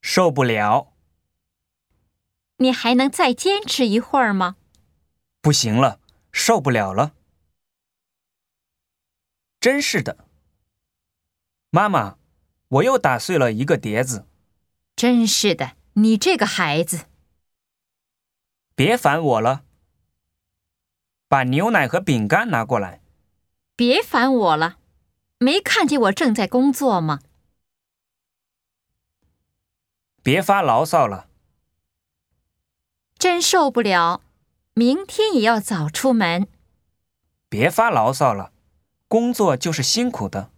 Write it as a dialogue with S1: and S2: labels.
S1: 受不了，
S2: 你还能再坚持一会儿吗？
S1: 不行了，受不了了。真是的，妈妈，我又打碎了一个碟子，
S2: 真是的，你这个孩子，
S1: 别烦我了。把牛奶和饼干拿过来，
S2: 别烦我了。没看见我正在工作吗？
S1: 别发牢骚了，
S2: 真受不了，明天也要早出门。
S1: 别发牢骚了，工作就是辛苦的。